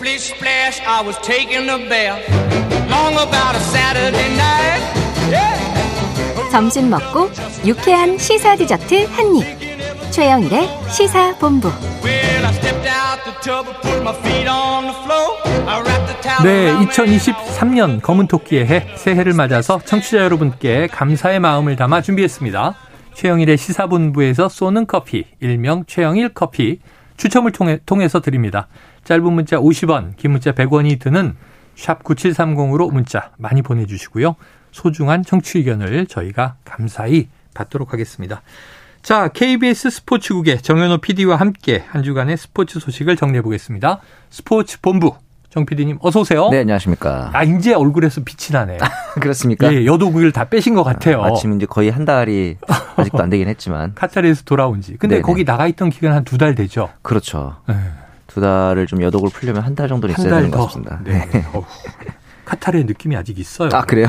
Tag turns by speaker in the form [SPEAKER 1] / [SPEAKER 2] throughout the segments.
[SPEAKER 1] big splash. I was taking a bath. Long about a Saturday night. Yeah.
[SPEAKER 2] 점심 먹고 유쾌한 시사 디저트 한 입. 최영일의 시사본부.
[SPEAKER 1] Well, I stepped out the tub and put my feet on the floor. I wrapped the towel
[SPEAKER 3] 네,
[SPEAKER 1] around my ankles.
[SPEAKER 3] 2023년 검은 토끼의 해 새해를 맞아서 청취자 여러분께 감사의 마음을 담아 준비했습니다. 최영일의 시사본부에서 쏘는 커피, 일명 최영일 커피 추첨을 통해, 통해서 드립니다. 짧은 문자 50원, 긴 문자 100원이 드는 샵 9730으로 문자 많이 보내주시고요. 소중한 청취 의견을 저희가 감사히 받도록 하겠습니다. 자, KBS 스포츠국의 정현호 PD와 함께 한 주간의 스포츠 소식을 정리해 보겠습니다. 스포츠 본부 정 PD님 어서 오세요.
[SPEAKER 4] 네, 안녕하십니까.
[SPEAKER 3] 아 이제 얼굴에서 빛이 나네요.
[SPEAKER 4] 그렇습니까?
[SPEAKER 3] 예, 여도구를 다 빼신 것 같아요.
[SPEAKER 4] 그러니까 마침 이제 거의 한 달이 아직도 안 되긴 했지만
[SPEAKER 3] 카타르에서 돌아온지. 근데
[SPEAKER 4] 네네.
[SPEAKER 3] 거기 나가 있던 기간 한 두 달 되죠.
[SPEAKER 4] 그렇죠.
[SPEAKER 3] 예,
[SPEAKER 4] 두 달을 좀 여독을 풀려면 한 달 정도는
[SPEAKER 3] 한
[SPEAKER 4] 있어야
[SPEAKER 3] 달
[SPEAKER 4] 되는 것
[SPEAKER 3] 더.
[SPEAKER 4] 같습니다.
[SPEAKER 3] 네. 어후, 카타르의 느낌이 아직 있어요.
[SPEAKER 4] 아 그래요?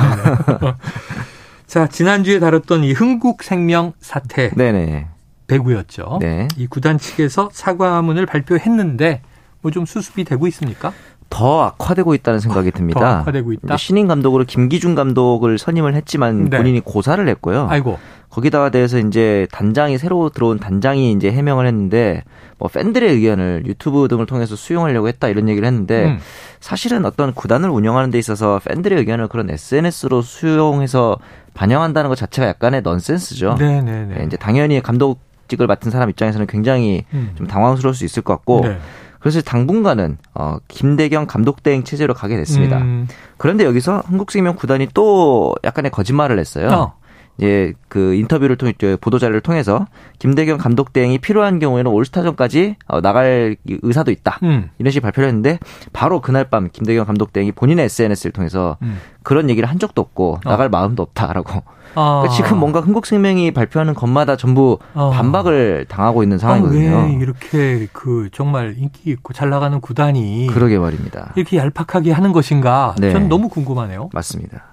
[SPEAKER 3] 자 지난주에 다뤘던 이 흥국생명 사태
[SPEAKER 4] 네네.
[SPEAKER 3] 배구였죠.
[SPEAKER 4] 네.
[SPEAKER 3] 이 구단 측에서 사과문을 발표했는데 뭐 좀 수습이 되고 있습니까?
[SPEAKER 4] 더 악화되고 있다는 생각이 듭니다.
[SPEAKER 3] 더 악화되고 있다?
[SPEAKER 4] 이제 신인 감독으로 김기준 감독을 선임을 했지만
[SPEAKER 3] 네.
[SPEAKER 4] 본인이 고사를 냈고요.
[SPEAKER 3] 아이고
[SPEAKER 4] 거기다가 대해서 이제 단장이 새로 들어온 단장이 이제 해명을 했는데 뭐 팬들의 의견을 유튜브 등을 통해서 수용하려고 했다 이런 얘기를 했는데
[SPEAKER 3] 음.
[SPEAKER 4] 사실은 어떤 구단을 운영하는 데 있어서 팬들의 의견을 그런 SNS로 수용해서 반영한다는 것 자체가 약간의 넌센스죠.
[SPEAKER 3] 네네네.
[SPEAKER 4] 네, 이제 당연히 감독직을 맡은 사람 입장에서는 굉장히
[SPEAKER 3] 음.
[SPEAKER 4] 좀 당황스러울 수 있을 것 같고
[SPEAKER 3] 네.
[SPEAKER 4] 그래서 당분간은 어, 김대경 감독 대행 체제로 가게 됐습니다.
[SPEAKER 3] 음,
[SPEAKER 4] 그런데 여기서 한국생명 구단이 또 약간의 거짓말을 했어요.
[SPEAKER 3] 어.
[SPEAKER 4] 이제 그 인터뷰를 통해 저 보도 자료를 통해서 김대경 감독 대행이 필요한 경우에는 올스타전까지 어, 나갈 이- 의사도 있다.
[SPEAKER 3] 음.
[SPEAKER 4] 이런 식의 발표를 했는데 바로 그날 밤 김대경 감독 대행이 본인의 SNS를 통해서
[SPEAKER 3] 음.
[SPEAKER 4] 그런 얘기를 한 적도 없고 나갈 마음도 없다라고.
[SPEAKER 3] 어. 아.
[SPEAKER 4] 그러니까 지금 뭔가 흥국생명이 발표하는 것마다 전부
[SPEAKER 3] 어.
[SPEAKER 4] 반박을 당하고 있는
[SPEAKER 3] 아,
[SPEAKER 4] 상황이거든요.
[SPEAKER 3] 왜 이렇게 그 정말 인기 있고 잘 나가는 구단이
[SPEAKER 4] 그러게 말입니다.
[SPEAKER 3] 이렇게 얄팍하게 하는 것인가?
[SPEAKER 4] 그렇죠. 네.
[SPEAKER 3] 전 너무 궁금하네요.
[SPEAKER 4] 맞습니다.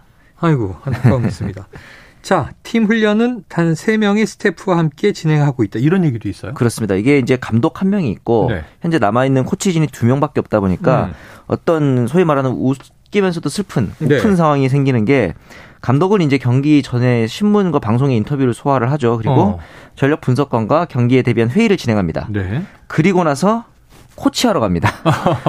[SPEAKER 3] 아이고 안타까웠습니다. 자, 팀 훈련은 단 3명의 스태프와 함께 진행하고 있다. 이런 얘기도 있어요.
[SPEAKER 4] 그렇습니다. 이게 이제 감독 한 명이 있고
[SPEAKER 3] 네.
[SPEAKER 4] 현재 남아 있는 코치진이 두 명밖에 없다 보니까
[SPEAKER 3] 음.
[SPEAKER 4] 어떤 소위 말하는 웃기면서도 슬픈
[SPEAKER 3] 네.
[SPEAKER 4] 웃픈 상황이 생기는 게 감독은 이제 경기 전에 신문과 방송의 인터뷰를 소화를 하죠. 그리고
[SPEAKER 3] 어.
[SPEAKER 4] 전력 분석관과 경기에 대비한 회의를 진행합니다.
[SPEAKER 3] 네.
[SPEAKER 4] 그리고 나서 코치하러 갑니다.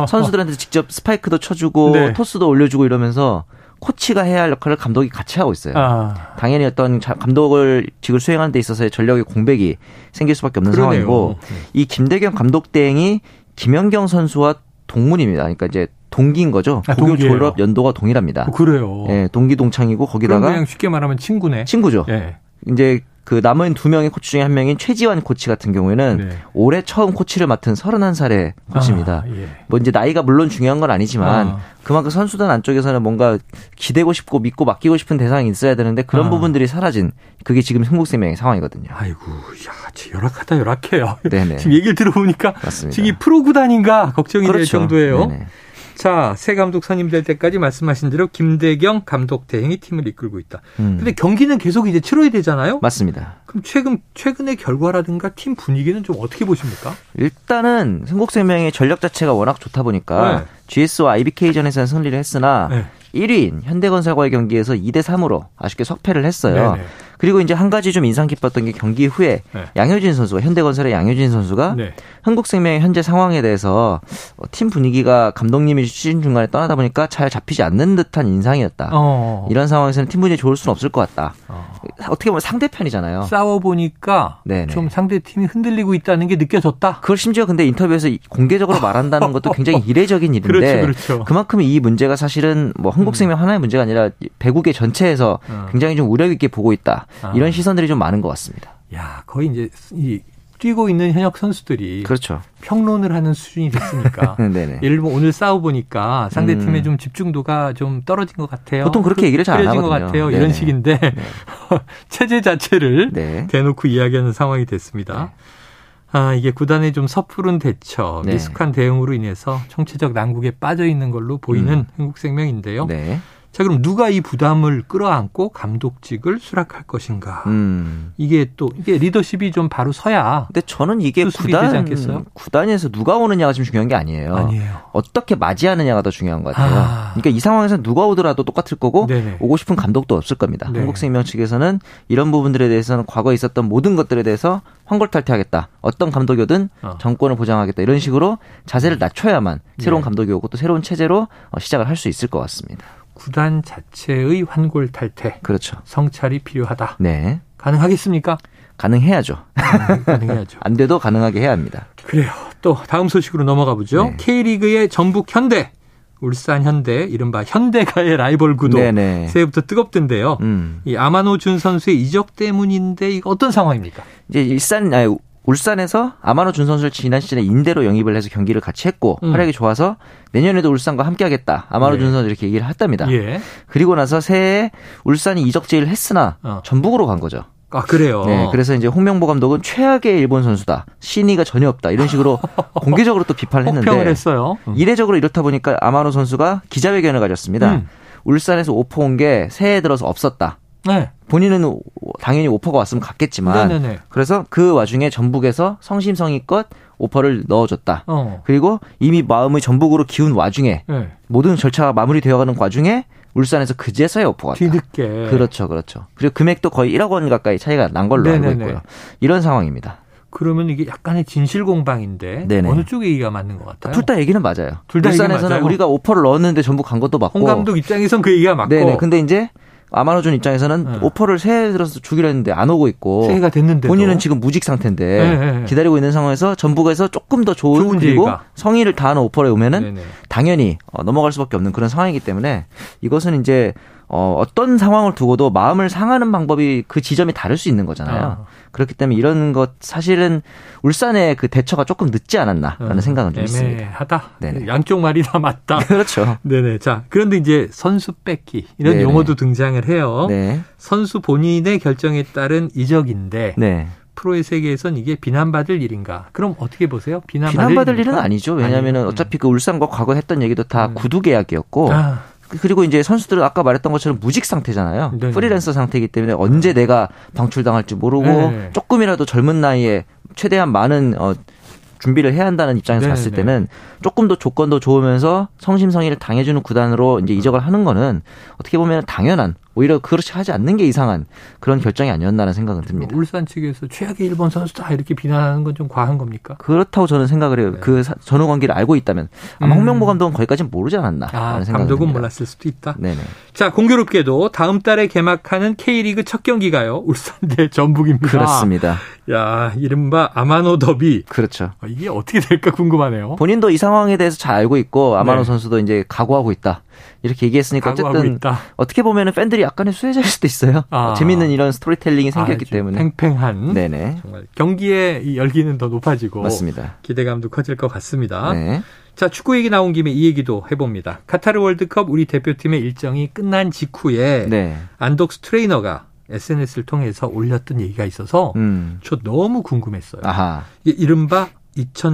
[SPEAKER 4] 선수들한테 직접 스파이크도 쳐주고
[SPEAKER 3] 네.
[SPEAKER 4] 토스도 올려주고 이러면서 코치가 해야 할 역할을 감독이 같이 하고 있어요.
[SPEAKER 3] 아,
[SPEAKER 4] 당연히 어떤 자- 감독을 직을 수행하는 데 있어서의 전력의 공백이 생길 수밖에 없는
[SPEAKER 3] 그러네요.
[SPEAKER 4] 상황이고 이 김대경 감독 대행이 김연경 선수와 동문입니다. 그러니까 이제 동기인 거죠.
[SPEAKER 3] 아,
[SPEAKER 4] 고교
[SPEAKER 3] 동기예요.
[SPEAKER 4] 졸업 연도가 동일합니다.
[SPEAKER 3] 어, 그래요.
[SPEAKER 4] 예, 동기 동창이고
[SPEAKER 3] 그럼 그냥
[SPEAKER 4] 거기다가
[SPEAKER 3] 쉽게 말하면 친구네.
[SPEAKER 4] 친구죠.
[SPEAKER 3] 예.
[SPEAKER 4] 이제 그 남은 두 명의 코치 중에 한 명인 최지환 코치 같은 경우에는
[SPEAKER 3] 네.
[SPEAKER 4] 올해 처음 코치를 맡은 31살의 코치입니다.
[SPEAKER 3] 아, 예.
[SPEAKER 4] 뭐 이제 나이가 물론 중요한 건 아니지만
[SPEAKER 3] 아.
[SPEAKER 4] 그만큼 선수단 안쪽에서는 뭔가 기대고 싶고 믿고 맡기고 싶은 대상이 있어야 되는데 그런
[SPEAKER 3] 아.
[SPEAKER 4] 부분들이 사라진 그게 지금 흥국생명의 상황이거든요.
[SPEAKER 3] 아이고, 야, 진짜 열악하다, 열악해요.
[SPEAKER 4] 네네.
[SPEAKER 3] 지금 얘기를 들어보니까
[SPEAKER 4] 맞습니다. 그렇죠.
[SPEAKER 3] 지금 이 프로 구단인가 걱정이 될 정도예요.
[SPEAKER 4] 네네.
[SPEAKER 3] 자, 새 감독 선임될 때까지 말씀하신 대로 김대경 감독 대행이 팀을 이끌고 있다.
[SPEAKER 4] 음.
[SPEAKER 3] 근데 경기는 계속 이제 치러야 되잖아요.
[SPEAKER 4] 맞습니다.
[SPEAKER 3] 그럼 최근 최근의 결과라든가 팀 분위기는 좀 어떻게 보십니까?
[SPEAKER 4] 일단은 흥국생명의 전력 자체가 워낙 좋다 보니까
[SPEAKER 3] 네.
[SPEAKER 4] GS와 IBK전에서는 승리를 했으나
[SPEAKER 3] 네.
[SPEAKER 4] 1위인 현대건설과의 경기에서 2대 3으로 아쉽게 석패를 했어요.
[SPEAKER 3] 네네.
[SPEAKER 4] 그리고 이제 한 가지 좀 인상 깊었던 게 경기 후에
[SPEAKER 3] 네.
[SPEAKER 4] 양효진 선수가 현대건설의 양효진 선수가
[SPEAKER 3] 네.
[SPEAKER 4] 한국생명의 현재 상황에 대해서 어, 팀 분위기가 감독님이 시즌 중간에 떠나다 보니까 잘 잡히지 않는 듯한 인상이었다.
[SPEAKER 3] 어.
[SPEAKER 4] 이런 상황에서는 팀 분위기 좋을 수는 없을 것 같다.
[SPEAKER 3] 어.
[SPEAKER 4] 어떻게 보면 상대편이잖아요.
[SPEAKER 3] 싸워 보니까
[SPEAKER 4] 네네.
[SPEAKER 3] 좀 상대 팀이 흔들리고 있다는 게 느껴졌다.
[SPEAKER 4] 그걸 심지어 근데 인터뷰에서 이- 공개적으로 말한다는 것도 굉장히 이례적인 일인데
[SPEAKER 3] 그렇죠, 그렇죠.
[SPEAKER 4] 만큼이 문제가 사실은 뭐 한국생명 하나의 문제가 아니라 배구계 전체에서
[SPEAKER 3] 어.
[SPEAKER 4] 굉장히 좀 우려 깊게 보고 있다.
[SPEAKER 3] 아.
[SPEAKER 4] 이런 시선들이 좀 많은 것 같습니다.
[SPEAKER 3] 야, 거의 이제 이 뛰고 있는 현역 선수들이
[SPEAKER 4] 그렇죠.
[SPEAKER 3] 평론을 하는 수준이 됐으니까.
[SPEAKER 4] 네네.
[SPEAKER 3] 일본 오늘 싸워 보니까 상대 팀의
[SPEAKER 4] 음.
[SPEAKER 3] 좀 집중도가 좀 떨어진 것 같아요.
[SPEAKER 4] 보통 그렇게 얘기를 잘안
[SPEAKER 3] 그려진 것
[SPEAKER 4] 하거든요.
[SPEAKER 3] 같아요.
[SPEAKER 4] 네네.
[SPEAKER 3] 이런 식인데 체제 자체를
[SPEAKER 4] 네.
[SPEAKER 3] 대놓고 이야기하는 상황이 됐습니다. 아, 이게 구단의 좀 섣부른 대처,
[SPEAKER 4] 네.
[SPEAKER 3] 미숙한 대응으로 인해서 정치적 난국에 빠져 있는 걸로 보이는 한국생명인데요.
[SPEAKER 4] 음. 네.
[SPEAKER 3] 자, 그럼 누가 이 부담을 끌어안고 감독직을 수락할 것인가?
[SPEAKER 4] 음.
[SPEAKER 3] 이게 또 이게 리더십이 좀 바로 서야
[SPEAKER 4] 근데 저는 이게
[SPEAKER 3] 수습이 되지
[SPEAKER 4] 구단
[SPEAKER 3] 않겠어요?
[SPEAKER 4] 구단에서 누가 오느냐가 지금 중요한 게 아니에요.
[SPEAKER 3] 아니에요.
[SPEAKER 4] 어떻게 맞이하느냐가 더 중요한 것 같아요.
[SPEAKER 3] 아.
[SPEAKER 4] 그러니까 이 상황에서 누가 오더라도 똑같을 거고
[SPEAKER 3] 네네.
[SPEAKER 4] 오고 싶은 감독도 없을 겁니다.
[SPEAKER 3] 네.
[SPEAKER 4] 한국생명 측에서는 이런 부분들에 대해서는 과거에 있었던 모든 것들에 대해서 환골탈퇴하겠다. 어떤 감독이든
[SPEAKER 3] 어. 네.
[SPEAKER 4] 정권을 보장하겠다. 이런 식으로 자세를 낮춰야만 새로운 감독이 오고 또 새로운 체제로 어, 시작을 할 수 있을 것 같습니다.
[SPEAKER 3] 구단 자체의 환골탈퇴
[SPEAKER 4] 그렇죠.
[SPEAKER 3] 성찰이 필요하다.
[SPEAKER 4] 네.
[SPEAKER 3] 가능하겠습니까?
[SPEAKER 4] 가능해야죠. 음,
[SPEAKER 3] 가능해야죠.
[SPEAKER 4] 안 돼도 가능하게 해야 합니다.
[SPEAKER 3] 그래요. 또 다음 소식으로 넘어가 보죠.
[SPEAKER 4] 네.
[SPEAKER 3] K리그의 전북 현대, 울산 현대, 이른바 현대가의 라이벌 구도
[SPEAKER 4] 네네.
[SPEAKER 3] 새해부터 뜨겁던데요.
[SPEAKER 4] 음.
[SPEAKER 3] 이 아마노 준 선수의 이적 때문인데 이거 어떤 상황입니까?
[SPEAKER 4] 이제 일산 아니 울산에서 아마노 준 선수를 지난 시즌에 임대로 영입을 해서 경기를 같이 했고
[SPEAKER 3] 음.
[SPEAKER 4] 활약이 좋아서 내년에도 울산과 함께하겠다 아마노
[SPEAKER 3] 예.
[SPEAKER 4] 준 선수 이렇게 얘기를 했답니다.
[SPEAKER 3] 예.
[SPEAKER 4] 그리고 나서 새해에 울산이 이적 제의를 했으나
[SPEAKER 3] 어.
[SPEAKER 4] 전북으로 간 거죠.
[SPEAKER 3] 아 그래요.
[SPEAKER 4] 네, 그래서 이제 홍명보 감독은 최악의 일본 선수다 신의가 전혀 없다 이런 식으로 공개적으로 또 비판을 했는데
[SPEAKER 3] 혹평을 했어요. 음.
[SPEAKER 4] 이례적으로 이렇다 보니까 아마노 선수가 기자회견을 가졌습니다.
[SPEAKER 3] 음.
[SPEAKER 4] 울산에서 오퍼 온 게 새해 들어서 없었다.
[SPEAKER 3] 네.
[SPEAKER 4] 본인은 당연히 오퍼가 왔으면 갔겠지만
[SPEAKER 3] 네네네.
[SPEAKER 4] 그래서 그 와중에 전북에서 성심성의껏 오퍼를 넣어줬다.
[SPEAKER 3] 어.
[SPEAKER 4] 그리고 이미 마음이 전북으로 기운 와중에
[SPEAKER 3] 네.
[SPEAKER 4] 모든 절차가 마무리되어가는 과중에 울산에서 그제서야 오퍼가 왔다.
[SPEAKER 3] 뒤늦게.
[SPEAKER 4] 아, 그렇죠, 그렇죠. 그리고 금액도 거의 1억 원 가까이 차이가 난 걸로 알고
[SPEAKER 3] 네네네.
[SPEAKER 4] 있고요. 이런 상황입니다.
[SPEAKER 3] 그러면 이게 약간의 진실 공방인데
[SPEAKER 4] 네네.
[SPEAKER 3] 어느 쪽의 얘기가 맞는 것 같아요?
[SPEAKER 4] 둘 다 얘기는 맞아요.
[SPEAKER 3] 네. 둘다 얘기는
[SPEAKER 4] 울산에서는
[SPEAKER 3] 맞아요?
[SPEAKER 4] 우리가 오퍼를 넣었는데 전북 간 것도 맞고.
[SPEAKER 3] 홍 감독 입장에선 그 얘기가 맞고
[SPEAKER 4] 네네. 근데 이제 아마노준 입장에서는
[SPEAKER 3] 네.
[SPEAKER 4] 오퍼를 새해 들어서 주기로 했는데 안 오고 있고.
[SPEAKER 3] 새해가 됐는데
[SPEAKER 4] 본인은 지금 무직 상태인데
[SPEAKER 3] 네, 네.
[SPEAKER 4] 기다리고 있는 상황에서 전북에서 조금 더 좋은,
[SPEAKER 3] 좋은
[SPEAKER 4] 그리고
[SPEAKER 3] 기회가.
[SPEAKER 4] 성의를 다하는 오퍼를 오면은
[SPEAKER 3] 네네.
[SPEAKER 4] 당연히 어, 넘어갈 수밖에 없는 그런 상황이기 때문에 이것은 이제 어, 어떤 상황을 두고도 마음을 상하는 방법이 그 지점이 다를 수 있는 거잖아요.
[SPEAKER 3] 아.
[SPEAKER 4] 그렇기 때문에 이런 것 사실은 울산의 그 대처가 조금 늦지 않았나라는 생각은 좀 있습니다.
[SPEAKER 3] 음, 어, 애매하다.
[SPEAKER 4] 네네.
[SPEAKER 3] 양쪽 말이 다 맞다.
[SPEAKER 4] 그렇죠.
[SPEAKER 3] 네네. 자, 그런데 이제 선수 뺏기 이런
[SPEAKER 4] 네네.
[SPEAKER 3] 용어도 등장을 해요.
[SPEAKER 4] 네.
[SPEAKER 3] 선수 본인의 결정에 따른 이적인데
[SPEAKER 4] 네.
[SPEAKER 3] 프로의 세계에선 이게 비난받을 일인가? 그럼 어떻게 보세요? 비난받을,
[SPEAKER 4] 비난받을 일은
[SPEAKER 3] 일입니까?
[SPEAKER 4] 아니죠. 왜냐하면
[SPEAKER 3] 아니에요. 음.
[SPEAKER 4] 어차피 그 울산과 과거 했던 얘기도 다
[SPEAKER 3] 음.
[SPEAKER 4] 구두 계약이었고
[SPEAKER 3] 아,
[SPEAKER 4] 그리고 이제 선수들은 아까 말했던 것처럼 무직 상태잖아요.
[SPEAKER 3] 네네. 네.
[SPEAKER 4] 프리랜서 상태이기 때문에 언제 내가 방출당할지 모르고
[SPEAKER 3] 네네.
[SPEAKER 4] 조금이라도 젊은 나이에 최대한 많은 어 준비를 해야 한다는 입장에서 봤을
[SPEAKER 3] 네네네.
[SPEAKER 4] 때는 조금 더 조건도 좋으면서 성심성의를 당해주는 구단으로 이제 이적을
[SPEAKER 3] 네.
[SPEAKER 4] 하는 거는 어떻게 보면 당연한 오히려 그렇지 하지 않는 게 이상한 그런 결정이 아니었나라는 생각은 듭니다.
[SPEAKER 3] 울산 측에서 최악의 일본 선수다 이렇게 비난하는 건 좀 과한 겁니까?
[SPEAKER 4] 그렇다고 저는 생각을 해요. 그 사- 전후 관계를 알고 있다면 아마
[SPEAKER 3] 네. 음.
[SPEAKER 4] 홍명보 감독은 거기까지는 모르지 않았나라는
[SPEAKER 3] 아,
[SPEAKER 4] 생각이
[SPEAKER 3] 감독은
[SPEAKER 4] 듭니다.
[SPEAKER 3] 몰랐을 아. 수도 있다.
[SPEAKER 4] 네네.
[SPEAKER 3] 자, 공교롭게도 다음 달에 개막하는 K리그 첫 경기가요. 울산 대 전북입니다.
[SPEAKER 4] 그렇습니다.
[SPEAKER 3] 야, 이른바 아마노 더비.
[SPEAKER 4] 그렇죠.
[SPEAKER 3] 어, 이게 어떻게 될까 궁금하네요.
[SPEAKER 4] 본인도 이 상황에 대해서 잘 알고 있고 아마노
[SPEAKER 3] 네.
[SPEAKER 4] 선수도 이제 각오하고 있다 이렇게 얘기했으니까
[SPEAKER 3] 각오하고
[SPEAKER 4] 어쨌든
[SPEAKER 3] 있다.
[SPEAKER 4] 어떻게 보면은 팬들이 약간의 수혜자일 수도 있어요.
[SPEAKER 3] 아.
[SPEAKER 4] 어, 재밌는 이런 스토리텔링이 생겼기
[SPEAKER 3] 아주
[SPEAKER 4] 때문에
[SPEAKER 3] 팽팽한
[SPEAKER 4] 네네
[SPEAKER 3] 정말 경기의 이 열기는 더 높아지고
[SPEAKER 4] 맞습니다.
[SPEAKER 3] 기대감도 커질 것 같습니다.
[SPEAKER 4] 네.
[SPEAKER 3] 자 축구 얘기 나온 김에 이 얘기도 해봅니다. 카타르 월드컵 우리 대표팀의 일정이 끝난 직후에
[SPEAKER 4] 네.
[SPEAKER 3] 안독스 트레이너가 SNS를 통해서 올렸던 얘기가 있어서
[SPEAKER 4] 음.
[SPEAKER 3] 저 너무 궁금했어요.
[SPEAKER 4] 아하.
[SPEAKER 3] 이게 이른바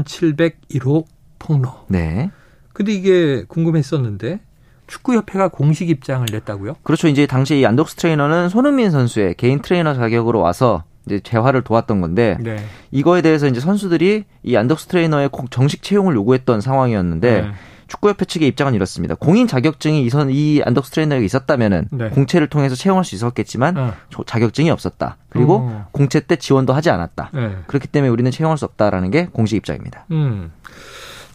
[SPEAKER 3] 2701호 폭로.
[SPEAKER 4] 네.
[SPEAKER 3] 근데 이게 궁금했었는데 축구협회가 공식 입장을 냈다고요?
[SPEAKER 4] 그렇죠. 이제 당시 이 안독스 트레이너는 손흥민 선수의 개인 트레이너 자격으로 와서 이제 재활을 도왔던 건데
[SPEAKER 3] 네.
[SPEAKER 4] 이거에 대해서 이제 선수들이 이 안덕스 트레이너의 꼭 정식 채용을 요구했던 상황이었는데
[SPEAKER 3] 네.
[SPEAKER 4] 축구협회 측의 입장은 이렇습니다. 공인 자격증이 이선 이 안덕스 트레이너에게 있었다면은
[SPEAKER 3] 네.
[SPEAKER 4] 공채를 통해서 채용할 수 있었겠지만
[SPEAKER 3] 어.
[SPEAKER 4] 조- 자격증이 없었다. 그리고
[SPEAKER 3] 어.
[SPEAKER 4] 공채 때 지원도 하지 않았다.
[SPEAKER 3] 네.
[SPEAKER 4] 그렇기 때문에 우리는 채용할 수 없다라는 게 공식 입장입니다.
[SPEAKER 3] 음.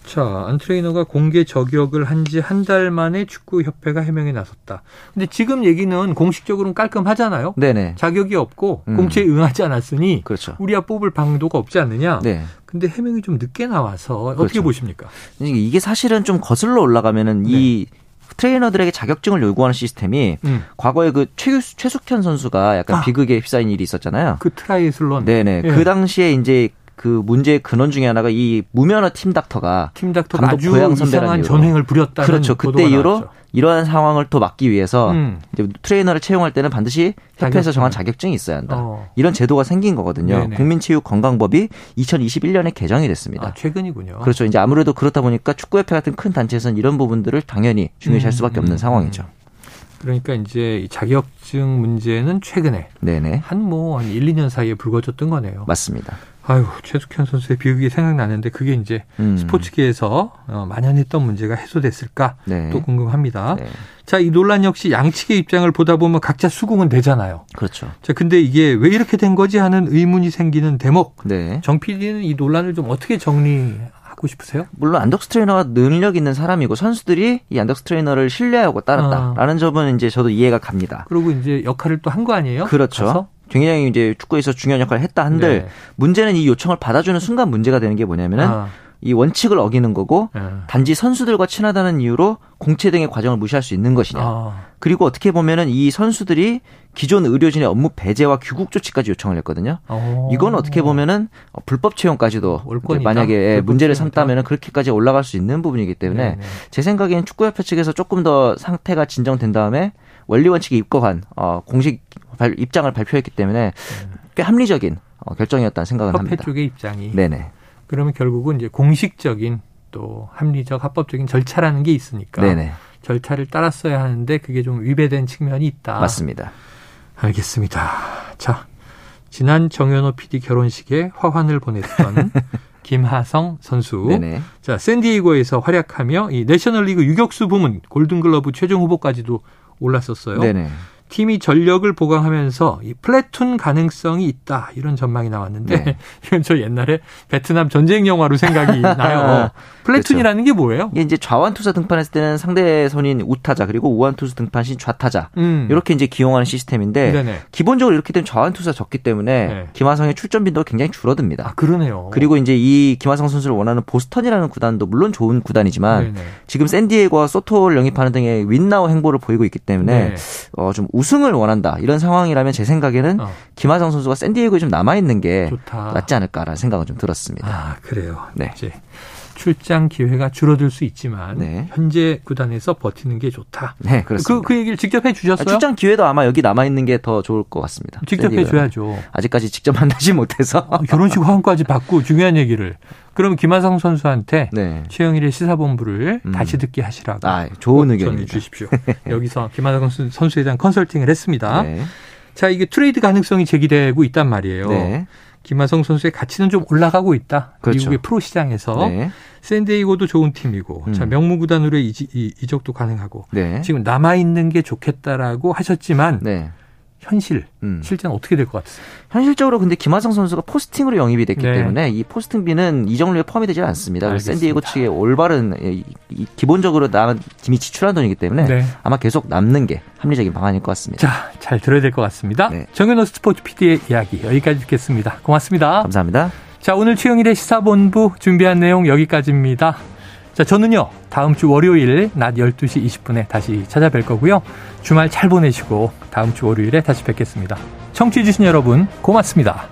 [SPEAKER 3] 자, 안 트레이너가 공개 저격을 한 지 한 달 만에 축구협회가 해명에 나섰다. 근데 지금 얘기는 공식적으로는 깔끔하잖아요?
[SPEAKER 4] 네네.
[SPEAKER 3] 자격이 없고
[SPEAKER 4] 음.
[SPEAKER 3] 공채에 응하지 않았으니
[SPEAKER 4] 그렇죠.
[SPEAKER 3] 우리야 뽑을 방도가 없지 않느냐?
[SPEAKER 4] 네.
[SPEAKER 3] 근데 해명이 좀 늦게 나와서 어떻게
[SPEAKER 4] 그렇죠.
[SPEAKER 3] 보십니까?
[SPEAKER 4] 이게 사실은 좀 거슬러 올라가면은 이 트레이너들에게 자격증을 요구하는 시스템이
[SPEAKER 3] 네. 음.
[SPEAKER 4] 과거에 그 최, 최숙현 선수가 약간
[SPEAKER 3] 아.
[SPEAKER 4] 비극에 휩싸인 일이 있었잖아요.
[SPEAKER 3] 그 트라이애슬론
[SPEAKER 4] 네네.
[SPEAKER 3] 예.
[SPEAKER 4] 그 당시에 이제 그 문제의 근원 중에 하나가 이 무면허 팀 닥터가
[SPEAKER 3] 팀 닥터가
[SPEAKER 4] 감독
[SPEAKER 3] 아주
[SPEAKER 4] 고향 선배라는
[SPEAKER 3] 이상한
[SPEAKER 4] 이유로.
[SPEAKER 3] 전횡을 부렸다는
[SPEAKER 4] 그렇죠.
[SPEAKER 3] 보도가
[SPEAKER 4] 그때 이후로
[SPEAKER 3] 나왔죠.
[SPEAKER 4] 이러한 상황을 또 막기 위해서
[SPEAKER 3] 음.
[SPEAKER 4] 이제 트레이너를 채용할 때는 반드시 협회에서
[SPEAKER 3] 자격증을.
[SPEAKER 4] 정한 자격증이 있어야 한다.
[SPEAKER 3] 어.
[SPEAKER 4] 이런 제도가 생긴 거거든요.
[SPEAKER 3] 네네.
[SPEAKER 4] 국민체육건강법이 2021년에 개정이 됐습니다.
[SPEAKER 3] 아, 최근이군요.
[SPEAKER 4] 그렇죠. 이제 아무래도 그렇다 보니까 축구협회 같은 큰 단체에서는 이런 부분들을 당연히 중요시할
[SPEAKER 3] 음,
[SPEAKER 4] 수밖에
[SPEAKER 3] 음,
[SPEAKER 4] 없는 상황이죠.
[SPEAKER 3] 그러니까 이제 이 자격증 문제는 최근에
[SPEAKER 4] 네네.
[SPEAKER 3] 한 뭐 한 1, 2년 사이에 불거졌던 거네요.
[SPEAKER 4] 맞습니다.
[SPEAKER 3] 아유, 최숙현 선수의 비극이 생각나는데 그게 이제
[SPEAKER 4] 음.
[SPEAKER 3] 스포츠계에서 어, 만연했던 문제가 해소됐을까
[SPEAKER 4] 네.
[SPEAKER 3] 또 궁금합니다.
[SPEAKER 4] 네.
[SPEAKER 3] 자, 이 논란 역시 양측의 입장을 보다 보면 각자 수긍은 되잖아요.
[SPEAKER 4] 그렇죠.
[SPEAKER 3] 자, 근데 이게 왜 이렇게 된 거지 하는 의문이 생기는 대목.
[SPEAKER 4] 네.
[SPEAKER 3] 정 PD는 이 논란을 좀 어떻게 정리하고 싶으세요?
[SPEAKER 4] 물론 안덕스 트레이너가 능력 있는 사람이고 선수들이 이 안덕스 트레이너를 신뢰하고
[SPEAKER 3] 아.
[SPEAKER 4] 따랐다라는 점은 이제 저도 이해가 갑니다.
[SPEAKER 3] 그리고 이제 역할을 또 한 거 아니에요?
[SPEAKER 4] 그렇죠.
[SPEAKER 3] 가서?
[SPEAKER 4] 굉장히 이제 축구에서 중요한 역할을 했다 한들
[SPEAKER 3] 네.
[SPEAKER 4] 문제는 이 요청을 받아주는 순간 문제가 되는 게 뭐냐면은
[SPEAKER 3] 아.
[SPEAKER 4] 이 원칙을 어기는 거고
[SPEAKER 3] 아.
[SPEAKER 4] 단지 선수들과 친하다는 이유로 공채 등의 과정을 무시할 수 있는 것이냐.
[SPEAKER 3] 아.
[SPEAKER 4] 그리고 어떻게 보면은 이 선수들이 기존 의료진의 업무 배제와 규국 조치까지 요청을 했거든요.
[SPEAKER 3] 어.
[SPEAKER 4] 이건 어떻게 보면은 어, 불법 채용까지도
[SPEAKER 3] 올
[SPEAKER 4] 이제
[SPEAKER 3] 건이다.
[SPEAKER 4] 만약에 예,
[SPEAKER 3] 불법
[SPEAKER 4] 문제를
[SPEAKER 3] 채용이다.
[SPEAKER 4] 삼다면은 그렇게까지 올라갈 수 있는 부분이기 때문에
[SPEAKER 3] 네네.
[SPEAKER 4] 제 생각에는 축구협회 측에서 조금 더 상태가 진정된 다음에 원리 원칙에 입각한 어, 공식 발- 입장을 발표했기 때문에 꽤 합리적인 어, 결정이었다는 생각을
[SPEAKER 3] 네. 협회
[SPEAKER 4] 합니다.
[SPEAKER 3] 쪽의 입장이.
[SPEAKER 4] 네네.
[SPEAKER 3] 그러면 결국은 이제 공식적인 또 합리적 합법적인 절차라는 게 있으니까
[SPEAKER 4] 네네.
[SPEAKER 3] 절차를 따랐어야 하는데 그게 좀 위배된 측면이 있다.
[SPEAKER 4] 맞습니다.
[SPEAKER 3] 알겠습니다. 자, 지난 정현호 PD 결혼식에 화환을 보냈던 김하성 선수.
[SPEAKER 4] 네네.
[SPEAKER 3] 자, 샌디에이고에서 활약하며 이 내셔널리그 유격수 부문 골든글러브 최종 후보까지도 올랐었어요.
[SPEAKER 4] 네네.
[SPEAKER 3] 팀이 전력을 보강하면서 이 플래툰 가능성이 있다 이런 전망이 나왔는데
[SPEAKER 4] 네.
[SPEAKER 3] 이건 저 옛날에 베트남 전쟁 영화로 생각이 나요.
[SPEAKER 4] 그렇죠.
[SPEAKER 3] 플래툰이라는 게 뭐예요?
[SPEAKER 4] 이게 이제 좌완 투수 등판했을 때는 상대 선인 우타자 그리고 우완 투수 등판 신 좌타자
[SPEAKER 3] 음.
[SPEAKER 4] 예. 이렇게 이제 기용하는 시스템인데
[SPEAKER 3] 네네.
[SPEAKER 4] 기본적으로 이렇게 되면 좌완 투수가 적기 때문에
[SPEAKER 3] 네.
[SPEAKER 4] 김하성의 출전 빈도가 굉장히 줄어듭니다.
[SPEAKER 3] 아 그러네요.
[SPEAKER 4] 그리고 이제 이 김하성 선수를 원하는 보스턴이라는 구단도 물론 좋은 구단이지만
[SPEAKER 3] 네네.
[SPEAKER 4] 지금 샌디에고와 소토를 영입하는 등의 윈나우 행보를 보이고 있기 때문에
[SPEAKER 3] 네.
[SPEAKER 4] 어, 좀 우승을 원한다 이런 상황이라면 제 생각에는
[SPEAKER 3] 어.
[SPEAKER 4] 김하성 선수가 샌디에고에 좀 남아 있는 게
[SPEAKER 3] 좋다.
[SPEAKER 4] 낫지 않을까라는 생각은 좀 들었습니다.
[SPEAKER 3] 아 그래요.
[SPEAKER 4] 네.
[SPEAKER 3] 이제 출장 기회가 줄어들 수 있지만
[SPEAKER 4] 네.
[SPEAKER 3] 현재 구단에서 버티는 게 좋다.
[SPEAKER 4] 네
[SPEAKER 3] 그,
[SPEAKER 4] 그렇습니다.
[SPEAKER 3] 그 얘기를 직접 해주셨어요?
[SPEAKER 4] 출장 기회도 아마 여기 남아 있는 게 더 좋을 것 같습니다.
[SPEAKER 3] 직접
[SPEAKER 4] 샌디에고는.
[SPEAKER 3] 해줘야죠.
[SPEAKER 4] 아직까지 직접 만나지 못해서
[SPEAKER 3] 아, 결혼식 화환까지 받고 중요한 얘기를. 그럼 김하성 선수한테
[SPEAKER 4] 네.
[SPEAKER 3] 최영일의 시사본부를
[SPEAKER 4] 음.
[SPEAKER 3] 다시 듣게 하시라고.
[SPEAKER 4] 아, 좋은
[SPEAKER 3] 전해
[SPEAKER 4] 의견입니다.
[SPEAKER 3] 주십시오. 여기서 김하성 선수- 선수에 대한 컨설팅을 했습니다.
[SPEAKER 4] 네.
[SPEAKER 3] 자, 이게 트레이드 가능성이 제기되고 있단 말이에요.
[SPEAKER 4] 네.
[SPEAKER 3] 김하성 선수의 가치는 좀 올라가고 있다.
[SPEAKER 4] 그렇죠.
[SPEAKER 3] 미국의 프로 시장에서
[SPEAKER 4] 네.
[SPEAKER 3] 샌디에이고도 좋은 팀이고,
[SPEAKER 4] 음.
[SPEAKER 3] 자 명문 구단으로의 이지- 이- 이적도 가능하고
[SPEAKER 4] 네.
[SPEAKER 3] 지금 남아 있는 게 좋겠다라고 하셨지만
[SPEAKER 4] 네.
[SPEAKER 3] 현실
[SPEAKER 4] 음.
[SPEAKER 3] 실제는 어떻게 될 것 같으세요?
[SPEAKER 4] 현실적으로 근데 김하성 선수가 포스팅으로 영입이 됐기
[SPEAKER 3] 네.
[SPEAKER 4] 때문에 이 포스팅비는 이적료에 포함이 되지 않습니다. 그래서
[SPEAKER 3] 알겠습니다.
[SPEAKER 4] 샌디에고 측의 올바른 예, 이- 이- 기본적으로 남은 팀이 지출한 돈이기 때문에
[SPEAKER 3] 네.
[SPEAKER 4] 아마 계속 남는 게 합리적인 방안일 것 같습니다.
[SPEAKER 3] 자, 잘 들어야 될 것 같습니다.
[SPEAKER 4] 네.
[SPEAKER 3] 정현호 스포츠 PD의 이야기 여기까지 듣겠습니다. 고맙습니다.
[SPEAKER 4] 감사합니다.
[SPEAKER 3] 자, 오늘 최영일의 시사본부 준비한 내용 여기까지입니다. 자, 저는요, 다음 주 월요일 낮 12시 20분에 다시 찾아뵐 거고요. 주말 잘 보내시고 다음 주 월요일에 다시 뵙겠습니다. 청취해주신 여러분, 고맙습니다.